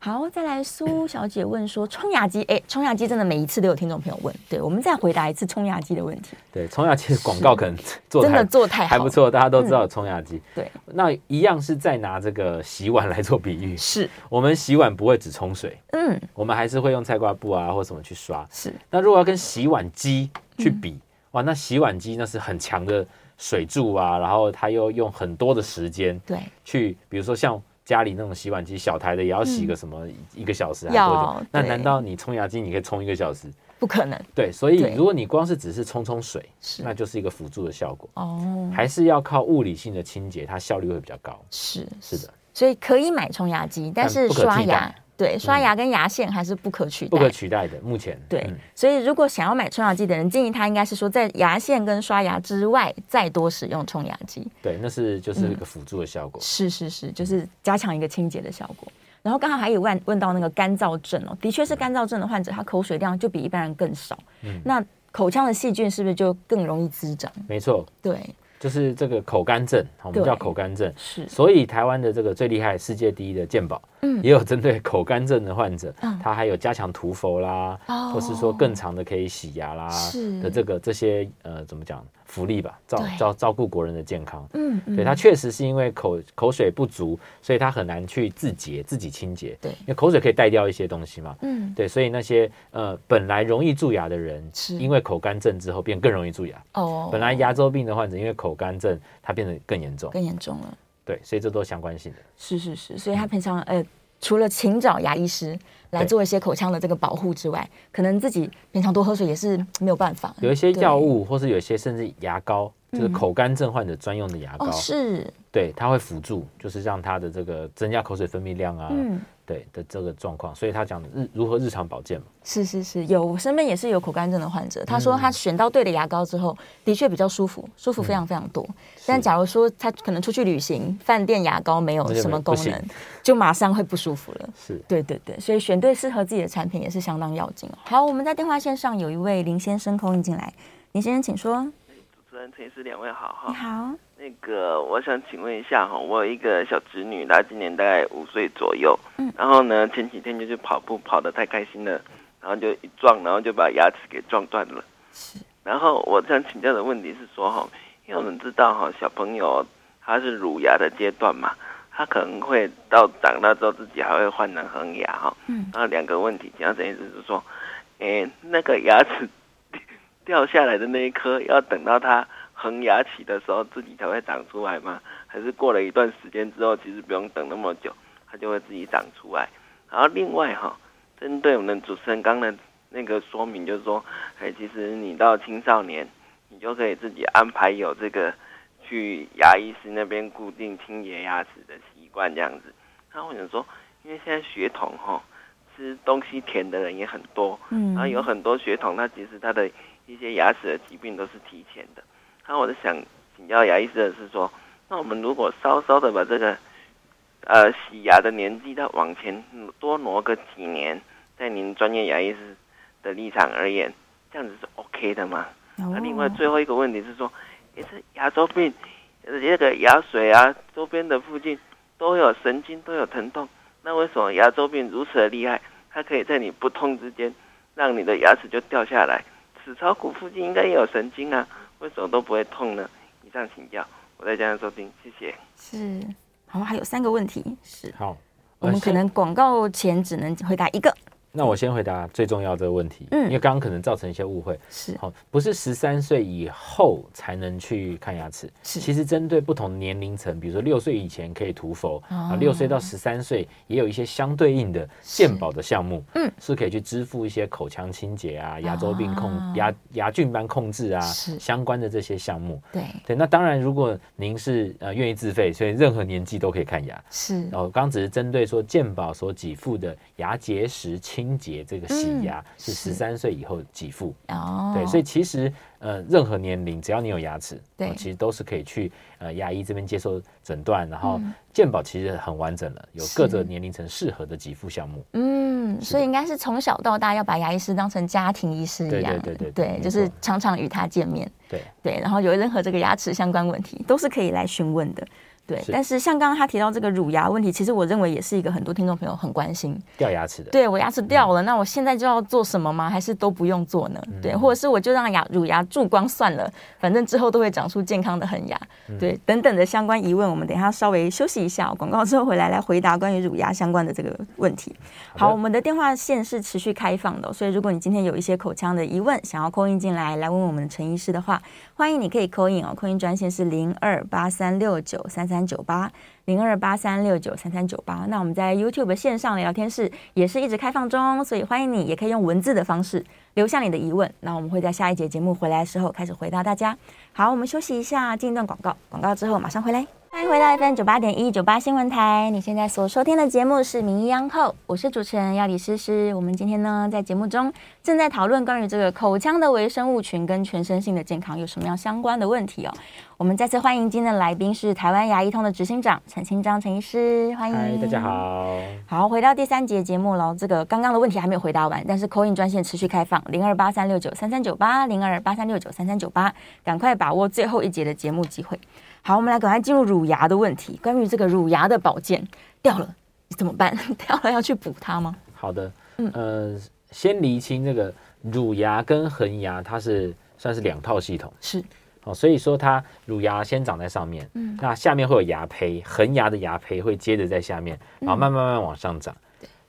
好，再来 苏小姐问说，冲牙机，哎，冲牙机真的每一次都有听众朋友问，对我们再回答一次冲牙机的问题，
对，冲牙机的广告可能 做得
真的
还
做太好嗯
还不
了，
错，大家都知道有冲牙机。
对，
那一样是在拿这个洗碗来做比喻。
是，
我们洗碗不会只冲水，
嗯，
我们还是会用菜瓜布啊或什么去刷。
是
那如果要跟洗碗机去比，
嗯
哇，那洗碗机那是很强的水柱啊，然后它又用很多的时间
对，
去，比如说像。家里那种洗碗机小台的也要洗个什么一个小时还
嗯要
多久？那
对
难道你冲牙机你可以冲一个小时？
不可能，
对，所以
对
如果你光是只是冲冲水，
是
那就是一个辅助的效果。
哦，
还是要靠物理性的清洁，它效率会比较高。
是
是的，
所以可以买冲牙机，但
但
是
不可
刷
替代嗯
牙，对，刷牙跟牙线还是不可取代，
不可取代的。目前
对，
嗯
所以如果想要买冲牙机的人，建议他应该是说，在牙线跟刷牙之外，再多使用冲牙机。
对，那是就是一个辅助的效果。
是是是，就是加强一个清洁的效果。然后刚好还有问问到那个干燥症哦，的确是干燥症的患者，他口水量就比一般人更少，
嗯
那口腔的细菌是不是就更容易滋长？
没错，
对，
就是这个口干症，哦我
嗯
们
对
叫口干症。
是
所以台湾的这个最厉害、世界第一的健保，
嗯
也有针对口干症的患者，
嗯
它还有加强涂氟啦，
哦
或是说更长的可以洗牙啦
是
的这个这些呃怎么讲福利吧，照
对
照照顾国人的健康。
嗯，嗯
对，它确实是因为口口水不足，所以它很难去自洁、自己清洁。
对
因为口水可以带掉一些东西嘛。
嗯
对，所以那些呃本来容易蛀牙的人
是，
因为口干症之后变更容易蛀牙。
哦，
本来牙周病的患者，因为口干症，它变得更严重。
更嗯严重了，
对，所以这都相关性的。
是是是，所以他平常呃。除了请找牙医师来
对
做一些口腔的这个保护之外，可能自己平常多喝水也是没有办法。
有一些
对
药物，或是有一些甚至牙膏，就是
嗯
口干症患者专用的牙膏，
哦，是，
对，它会辅助，就是让它的这个增加口水分泌量啊，
嗯，
对的这个状况。所以他讲的日如何日常保健嘛，
是是是，有我身边也是有口干症的患者，他
嗯
说他选到对的牙膏之后，的确比较舒服，舒服非常非常多。但假如说他可能出去旅行，饭店牙膏没有
那就没
什么
不
功
行
能，就马上会不舒服了。
是
对对对，所以选对适合自己的产品也是相当要紧哦。好，我们在电话线上有一位林先生空音进来，林先生请说。
主持人、陈医师两位好
你
哈。
好，
那个，我想请问一下哈，我有一个小侄女，她今年大概五岁左右。
嗯
然后呢，前几天就去跑步，跑得太开心了，然后就一撞，然后就把牙齿给撞断了。
是，
然后我想请教的问题是说哈，因为我们知道哈，小朋友他是乳牙的阶段嘛，他可能会到长大之后自己还会换成恒牙哈。
嗯
然后两个问题，讲到陈医师是说，诶，那个牙齿掉下来的那一颗，要等到它恒牙期的时候自己才会长出来吗？还是过了一段时间之后，其实不用等那么久，它就会自己长出来？然后另外哈、针对我们的主持人刚才那个说明，就是说，哎，其实你到青少年，你就可以自己安排有这个去牙医师那边固定清洁牙齿的习惯这样子。那我想说，因为现在血统哈、吃东西甜的人也很多，
嗯
然后有很多血统，它其实它的一些牙齿的疾病都是提前的。那我就想请教牙医师的是说，那我们如果稍稍的把这个呃洗牙的年纪再往前多挪个几年，在您专业牙医师的立场而言，这样子是 OK 的吗？
哦
那另外最后一个问题是说，也是牙周病，呃这个牙水啊周边的附近都有神经都有疼痛，那为什么牙周病如此的厉害？它可以在你不痛之间，让你的牙齿就掉下来。齿槽骨附近应该也有神经啊，为什么都不会痛呢？以上请教，我在家上收听，谢谢。
是，
呃
好，还有三个问题是。
好。
我们可能广告前只能回答一个，
那我先回答最重要的问题，嗯，因为刚刚可能造成一些误会，
是
好、不是十三岁以后才能去看牙齿，
是
其实针对不同年龄层，比如说六岁以前可以涂氟，
哦
啊，六岁到十三岁也有一些相对应的健保的项目，
嗯，
是可以去支付一些口腔清洁啊、牙周病控、牙牙菌斑控制啊
哦是
相关的这些项目。
对，
对，那当然，如果您是呃愿意自费，所以任何年纪都可以看牙。
是
然后哦刚刚只是针对说健保所给付的牙结石清洁这个洗牙、是
嗯是
十三岁以后给付，
哦，
对，所以其实呃任何年龄只要你有牙齿，
对
呃其实都是可以去呃牙医这边接受诊断，
嗯
然后健保其实很完整了，有各个年龄层适合的给付项目。
嗯，所以应该是从小到大要把牙医师当成家庭医师一
对
样，
对对对没
就
错
是常常与他见面，
对，
对，然后有任何这个牙齿相关问题都是可以来询问的。对，
是
但是像刚刚他提到这个乳牙问题，其实我认为也是一个很多听众朋友很关心。
掉牙齿的，
对我牙齿掉了，那我现在就要做什么吗？还是都不用做呢？对，或者是我就让牙乳牙蛀光算了，反正之后都会长出健康的恒牙。对，等等的相关疑问，我们等一下稍微休息一下，广告之后回来来回答关于乳牙相关的这个问题。好，我们的电话线是持续开放的哦，所以如果你今天有一些口腔的疑问，想要扣音进来来问我们的陈医师的话，欢迎你可以扣音哦，扣音专线是零二八三六九三三九八零二八三六九三三九八。那我们在 YouTube 线上的聊天室也是一直开放中，所以欢迎你也可以用文字的方式留下你的疑问，那我们会在下一节节目回来的时候开始回答大家。好，我们休息一下，进一段广告，广告之后马上回来。
欢迎回到 FM 九八点一九八新闻台，你现在所收听的节目是《名医央后》，我是主持人药理诗诗。我们今天呢，在节目中正在讨论关于这个口腔的微生物群跟全身性的健康有什么样相关的问题哦。我们再次欢迎今天的来宾是台湾牙医通的执行长陈清章陈医师，欢迎。
嗨，大家。好，
好，回到第三节节目喽。这个刚刚的问题还没有回答完，但是扣印专线持续开放，零二八三六九三三九八，零二八三六九三三九八，赶快把握最后一节的节目机会。好，我们来赶快进入乳牙的问题。关于这个乳牙的保健，掉了怎么办？ 掉了要去补它吗？
好的，
嗯
呃，先厘清这个乳牙跟恒牙，它是算是两套系统。
是
哦，所以说它乳牙先长在上面，嗯，那下面会有牙胚，恒牙的牙胚会接着在下面，然后慢慢慢慢往上长。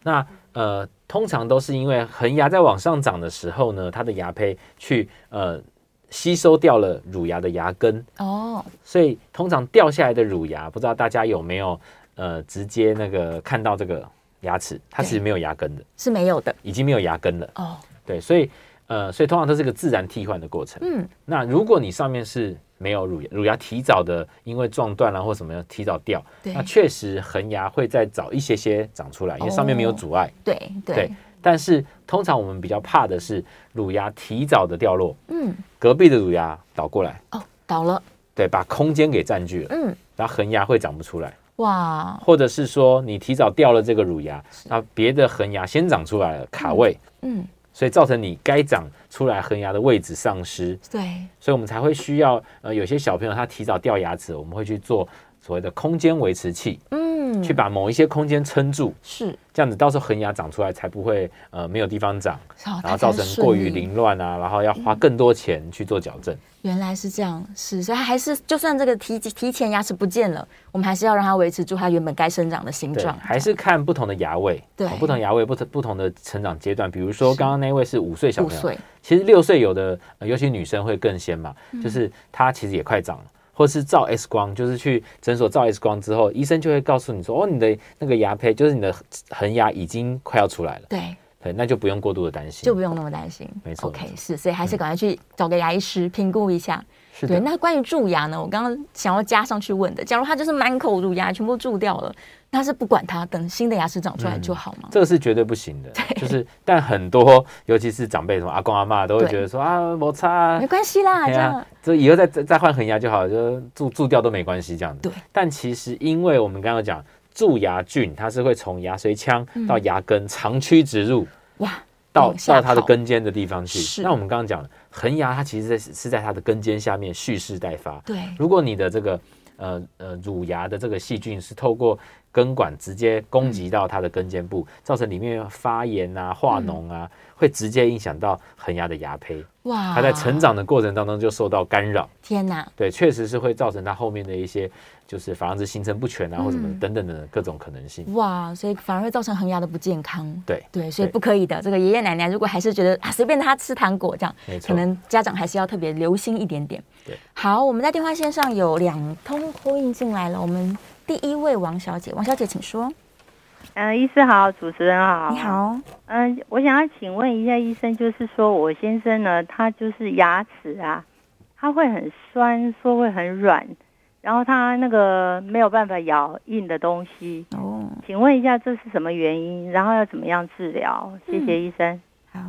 那呃，通常都是因为恒牙在往上长的时候呢，它的牙胚去呃吸收掉了乳牙的牙根，
哦，
所以通常掉下来的乳牙，不知道大家有没有呃直接那个看到这个牙齿，它其实没有牙根的，
是没有的
已经没有牙根了。
哦，
对，所以呃，所以通常都是个自然替换的过程。
嗯，
那如果你上面是没有乳牙，乳牙提早的因为撞断了啊或什么提早掉，
对
那确实恒牙会再早一些些长出来，因为上面没有阻碍。
对哦对
对，但是通常我们比较怕的是乳牙提早的掉落，
嗯，
隔壁的乳牙倒过来，
哦，倒了，
对，把空间给占据了，
嗯，
然后恒牙会长不出来。
哇，
或者是说你提早掉了这个乳牙，那别的恒牙先长出来了，卡位，
嗯嗯
所以造成你该长出来恒牙的位置丧失，
对，
所以我们才会需要呃有些小朋友他提早掉牙齿，我们会去做所谓的空间维持器，
嗯，
去把某一些空间撑住，
是，
这样子到时候恒牙长出来才不会呃没有地方长，
好
然后造成过于。凌乱啊，然后要花更多钱去做矫正。
原来是这样，是，所以它还是就算这个提提前牙齿不见了，我们还是要让它维持住它原本该生长的形
对，
状，
还是看不同的牙位，哦
对
不同牙位不同不同的成长阶段。比如说刚刚那位是五岁小
五
朋友
岁，，
其实六岁有的、呃尤其女生会更先嘛，
嗯
就是她其实也快长了。或是照 X 光，就是去诊所照 X 光之后，医生就会告诉你说，哦，你的那个牙胚，就是你的恒牙已经快要出来了，
对，
对，那就不用过度的担心。
就不用那么担心。
没错没
，OK，
错
是，所以还是赶快去找个牙医师评估一下。
是
对，
的，
那关于蛀牙呢？我刚刚想要加上去问的，假如他就是满口乳牙，全部蛀掉了，那是不管它，等新的牙齿长出来就好吗？
嗯这个是绝对不行的。就是，但很多，尤其是长辈什么阿公阿妈，都会
对
觉得说啊，摩擦、啊
没，关系啦，
哎
这
呀
样，
这以后再再再换恒牙就好了，就蛀蛀掉都没关系这样子。
对，
但其实因为我们刚刚有讲蛀牙菌，它是会从牙髓腔到牙根长驱直入，
哇，
到
嗯往下
到它的
跑
根尖的地方去。
是
那我们刚刚讲了，恒牙它其实在是在它的根尖下面蓄势待发。
对
如果你的这个呃呃乳牙的这个细菌是透过根管直接攻击到它的根尖部，
嗯
造成里面发炎啊、化脓啊，会直接影响到恒牙的牙胚。
哇
啊
它在成，长的过程当中就受到干扰，
天哪，
对，确实是会造成它后面的一些就是珐琅质形成不全啊，或什
嗯
么等等的各种可能性。
哇，所以反而会造成恒牙的不健康。
对，
对，所以
对
不可以的。这个爷爷奶奶如果还是觉得啊随便他吃糖果这样
没，错
可能家长还是要特别留心一点点。
对，
好，我们在电话线上有两通呼应进来了，我们第一位王小姐，王小姐请说。
嗯，医师好，主持人好。
你。好，
嗯，我想要请问一下医生，就是说我先生呢，他就是牙齿啊，他会很酸，说会很软，然后他那个没有办法咬硬的东西，
哦，
请问一下这是什么原因？然后要怎么样治疗？谢
嗯
谢医生。
好，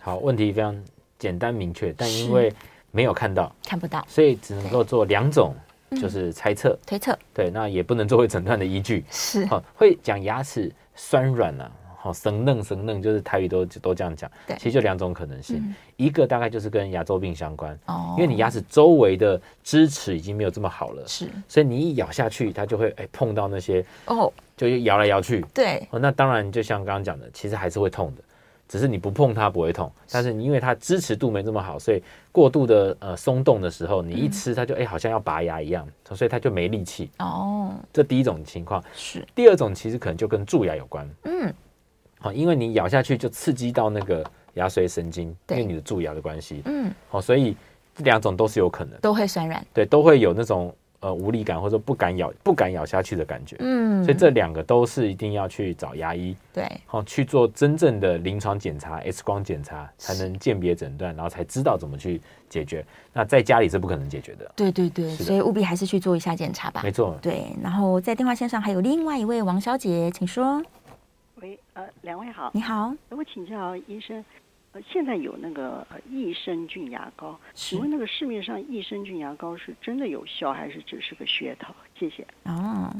好，问题非常简单明确，但因为没有看到，
看不到，
所以只能够做两种，
嗯
就是猜测。
推测
对，那也不能作为诊断的依据。
是
好、会讲牙齿酸软啊，好、生嫩生嫩，就是台语都都这样讲。
对嗯
其实就两种可能性，一个大概就是跟牙周病相关，
哦
因为你牙齿周围的支持已经没有这么好了，
是
所以你一咬下去，它就会哎碰到那些，
哦，
就摇来摇去。
对，
哦，那当然，就像刚刚讲的，其实还是会痛的，只是你不碰它不会痛，但是你因为它支持度没这么好，所以过度的呃松动的时候，你
嗯
一吃它就哎、好像要拔牙一样，所以它就没力气。
哦，
这第一种情况，
是，
第二种其实可能就跟蛀牙有关，
嗯，
好、因为你咬下去就刺激到那个牙髓神经，因
对
为你的蛀牙的关系，
嗯，
好、所以这两种都是有可能，
都会酸软，
对，都会有那种呃无力感或者说不敢咬不敢咬下去的感觉，
嗯，
所以这两个都是一定要去找牙医。
对
好、去做真正的临床检查、X 光检查，才能鉴别诊断，然后才知道怎么去解决。那在家里是不可能解决的，
对对对，
是的
所以务必还是去做一下检查吧
没。错。
对，然后在电话线上还有另外一位王小姐，请说。
喂，呃，两位好，
你好，
我请教医生，呃，现在有那个呃益生菌牙膏，
是
请问那个市面上益生菌牙膏是真的有效，还是只是个噱头？谢谢。
哦，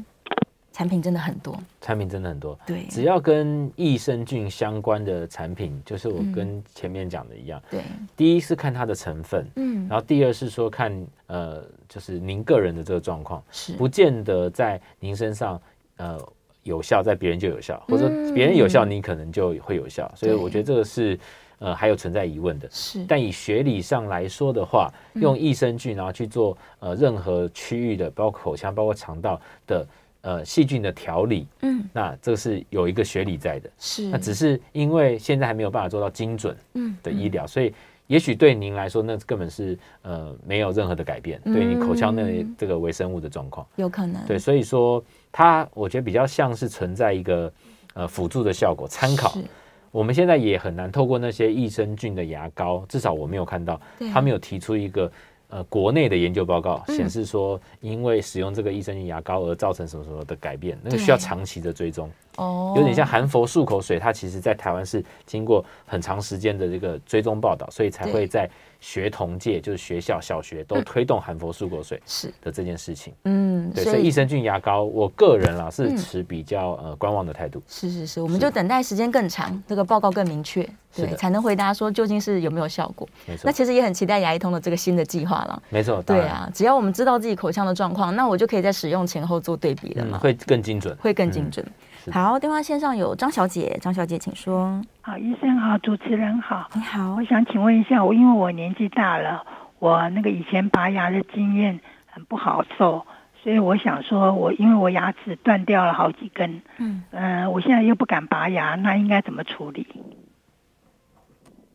产品真的很多，
产品真的很多，
对
只要跟益生菌相关的产品，就是我跟前面讲的一样，
对，
第一是看它的成分，
嗯，
然后第二是说看呃，就是您个人的这个状况，
是
不见得在您身上呃有效，在别人就有效，或者说别人有效，你可能就会有效。所以
嗯对
我觉得这个是呃还有存在疑问的。
是，
但以学理上来说的话，
嗯
用益生菌然后去做呃任何区域的，包括口腔、包括肠道的呃细菌的调理，
嗯，
那这是有一个学理在的。
是，
那只是因为现在还没有办法做到精准
嗯
的医疗，所以也许对您来说，那根本是呃没有任何的改变，对你口腔内
嗯
这个微生物的状况。
有可能，
对，所以说它我觉得比较像是存在一个呃辅助的效果参考。
是，
我们现在也很难透过那些益生菌的牙膏，至少我没有看到
对，
他们有提出一个呃国内的研究报
嗯
告，显示说因为使用这个益生菌牙膏而造成什么什么的改变，那个
对
需要长期的追踪，
哦，
有点像含氟漱口水，它其实在台湾是经过很长时间的这个追踪报道，所以才
对嗯
会在学童界，就是学校、小学都推动含氟漱口水
是，
的这件事情。
嗯，
对，所以益生菌牙膏，我个人啦是
嗯
持比较呃观望的态度。
是是是，我们就等待时间更长，这个报告更明确，
是
对，
的
才能回答说究竟是有没有效果。
没错
那，其实也很期待牙医通的这个新的计划了。
没错，当
对
然，
啊，只要我们知道自己口腔的状况，那我就可以在使用前后做对啊比了
嗯，
嘛，
会嗯更精准。
会更精准。好，电话线上有张小姐，张小姐请说。
好，医生好，主持人好。
你好
我，想请问一下，我因为我年纪大了，我那个以前拔牙的经验很不好受，所以我想说我，因为我牙齿断掉了好几根，
嗯
嗯、我现在又不敢拔牙，那应该怎么处理？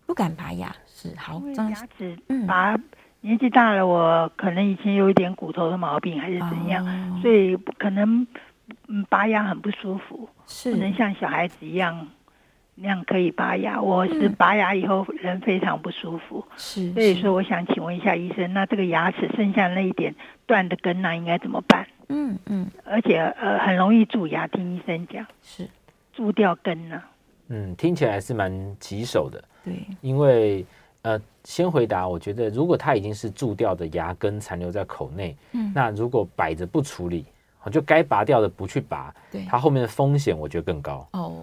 不敢拔牙是好
因为，
张
牙齿
嗯
拔，年纪大了，我可能以前有一点骨头的毛病还是怎样，
哦
所以可能嗯拔牙很不舒服。
是
不能像小孩子一样那样可以拔牙。我是
嗯
拔牙以后人非常不舒服，
是，
所以
是
说我想请问一下医生，那这个牙齿剩下那一点断的根啊那应该怎么办？
嗯嗯
而且呃很容易蛀牙，听医生讲
是
蛀掉根啊呢、
嗯，听起来是蛮棘手的，
对
因为呃，先回答，我觉得如果它已经是蛀掉的牙根残留在口内，
嗯
那如果摆着不处理，哦就该拔掉的不去拔，
对
它后面的风险我觉得更高。
哦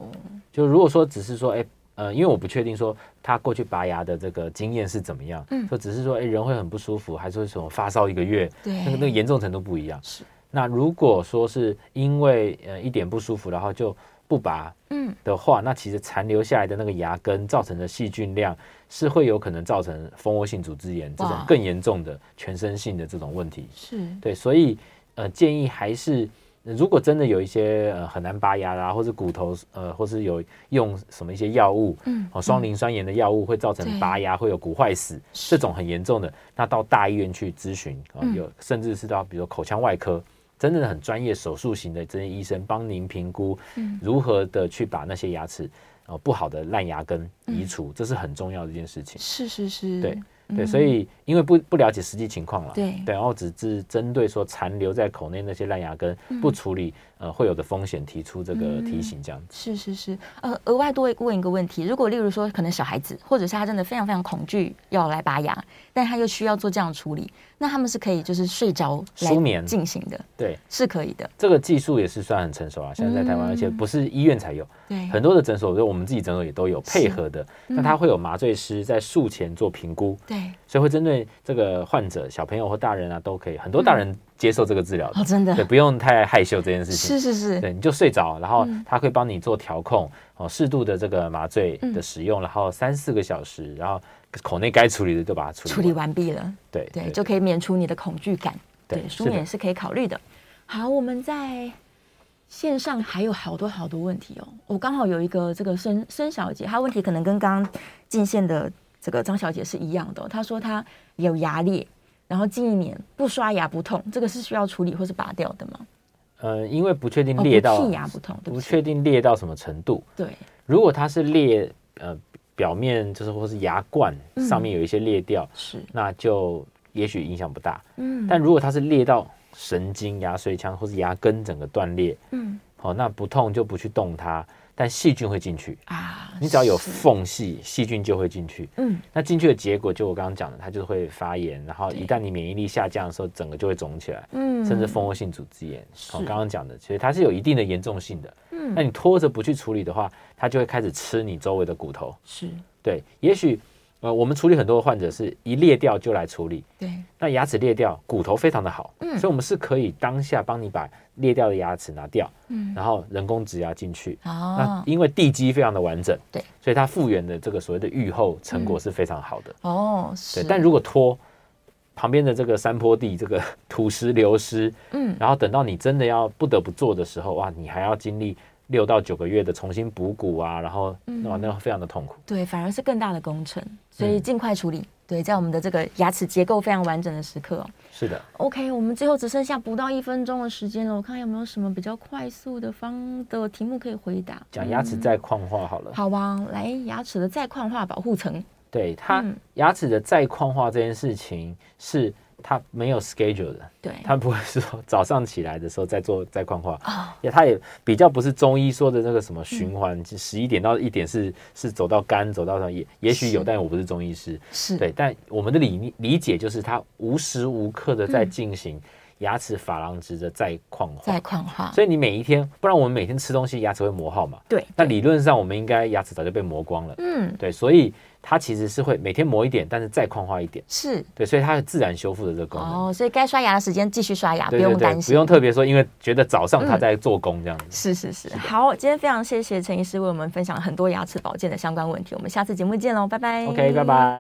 就如果说只是说，哎、呃，因为我不确定说他过去拔牙的这个经验是怎么样，
嗯
就只是说，哎、人会很不舒服，还是会什么发烧一个月，
对
那个那个严重程度不一样。
是，
那如果说是因为呃一点不舒服，然后就不拔，
嗯，
的话，那其实残留下来的那个牙根造成的细菌量是会有可能造成蜂窝性组织炎这种
哇
更严重的全身性的这种问题。
是
对，所以呃建议还是。呃如果真的有一些呃很难拔牙啦、或是骨头呃，或是有用什么一些药物，
嗯
哦，双磷酸盐的药物会造成
对
拔牙会有骨坏死，这种很严重的，那到大医院去咨询啊，
嗯
有甚至是到比如口腔外科，真正的很专业手术型的这些医生帮您评估
嗯
如何的去把那些牙齿呃不好的烂牙根
嗯
移除，这是很重要的一件事情。
是是是，
对
嗯
对，所以因为不不了解实际情况了，
对
然后只是针对说残留在口内那些烂牙根
嗯
不处理，呃，会有的风险提出这个提醒，这样子。
是是是，呃，额外多问一个问题，如果例如说可能小孩子，或者是他真的非常非常恐惧要来拔牙，但他又需要做这样的处理，那他们是可以就是睡着来
舒眠
进行的，
对，
是可以的，
这个技术也是算很成熟啊，现在在台湾，而且不是医院才有，
嗯对嗯
很多的诊所，就我们自己诊所也都有配合的。那它会有麻醉师在术前做评估，
对，
所以会针对这个患者，小朋友或大人啊都可以，很多大人接受这个治疗
嗯
的
哦，真的
对，不用太害羞这件事情。
是是是，
对，你就睡着，然后
嗯
他会帮你做调控，哦，适度的这个麻醉
嗯
的使用，然后三四个小时，然后口内该处理的就把它处理
处理，完毕了，
对
对，就可以免除你的恐惧感，
对
对，
是
舒
的
眠是可以考虑的。好，我们在线上还有好多好多问题哦。我刚好有一个这个孙孙小姐，她问题可能跟刚刚进线的这个张小姐是一样的哦、她说她有牙裂，然后近一年不刷牙不痛，这个是需要处理或是拔掉的吗？
呃，因为不确定
哦，
裂到、
不剔牙不痛，对
不
不
确
起，
定裂到什么程度，
对，
如果它是裂呃表面就是或是牙冠
嗯
上面有一些裂掉，
是，
那就也许影响不大。
嗯，
但如果它是裂到神经、牙髓腔或是牙根整个断裂，
嗯
好、那不痛就不去动它，但细菌会进去。
啊，
你只要有
是
缝隙，细菌就会进去。
嗯，
那进去的结果就我刚刚讲的，它就会发炎，然后
对
一旦你免疫力下降的时候，整个就会肿起来，
嗯
甚至蜂窝性组织炎。
是
我刚刚讲的，其实它是有一定的严重性的。
嗯
那你拖着不去处理的话，它就会开始吃你周围的骨头。
是，
对，也许呃，我们处理很多的患者是一裂掉就来处理，
对，
那牙齿裂掉，骨头非常的好，
嗯
所以我们是可以当下帮你把裂掉的牙齿拿掉，
嗯
然后人工植牙进去。那
哦
因为地基非常的完整，
对，
所以它复原的这个所谓的愈后成果是非常好的。
哦
对
是，，
但如果拖旁边的这个山坡地，这个土石流失，
嗯
然后等到你真的要不得不做的时候，哇，你还要经历六到九个月的重新补骨啊，然后
嗯
哇，那非常的痛苦。
对，反而是更大的工程，所
嗯
以尽快处理。对，在我们的这个牙齿结构非常完整的时刻、哦。
是的，
OK，我们最后只剩下不到一分钟的时间了，我看有没有什么比较快速的方的题目可以回答。
讲牙齿再矿化好了。
好啊，来牙齿的再矿化保护层。
对它
嗯
牙齿的再矿化这件事情，是它没有 schedule 的，
对，
它不会说 早上起来的时候再做再矿化，
哦嗯
也它也比较不是中医说的那个什么循环，十一点到一点是是走到肝，走到什么也也许有，
是嗯
但我不是中医师，
是，
对，但我们的理理解就是它无时无刻的在进行牙齿珐琅质的再矿化
嗯再，矿化。
所以你每一天，不然我们每天吃东西牙齿会磨耗嘛，
对，
那理论上我们应该牙齿早就被磨光了。
嗯，
对，所以它其实是会每天磨一点，但是再矿化一点，
是
对，所以它有自然修复的这个功能。
哦，所以该刷牙的时间继续刷啊牙，不
对对
用
对
担，心，嗯
不用特别说，因为觉得早上它在做工这样子。
是是是，好，今天非常谢谢陈医师为我们分享很多牙齿保健的相关问题，我们下次节目见喽，拜拜。
OK，拜拜。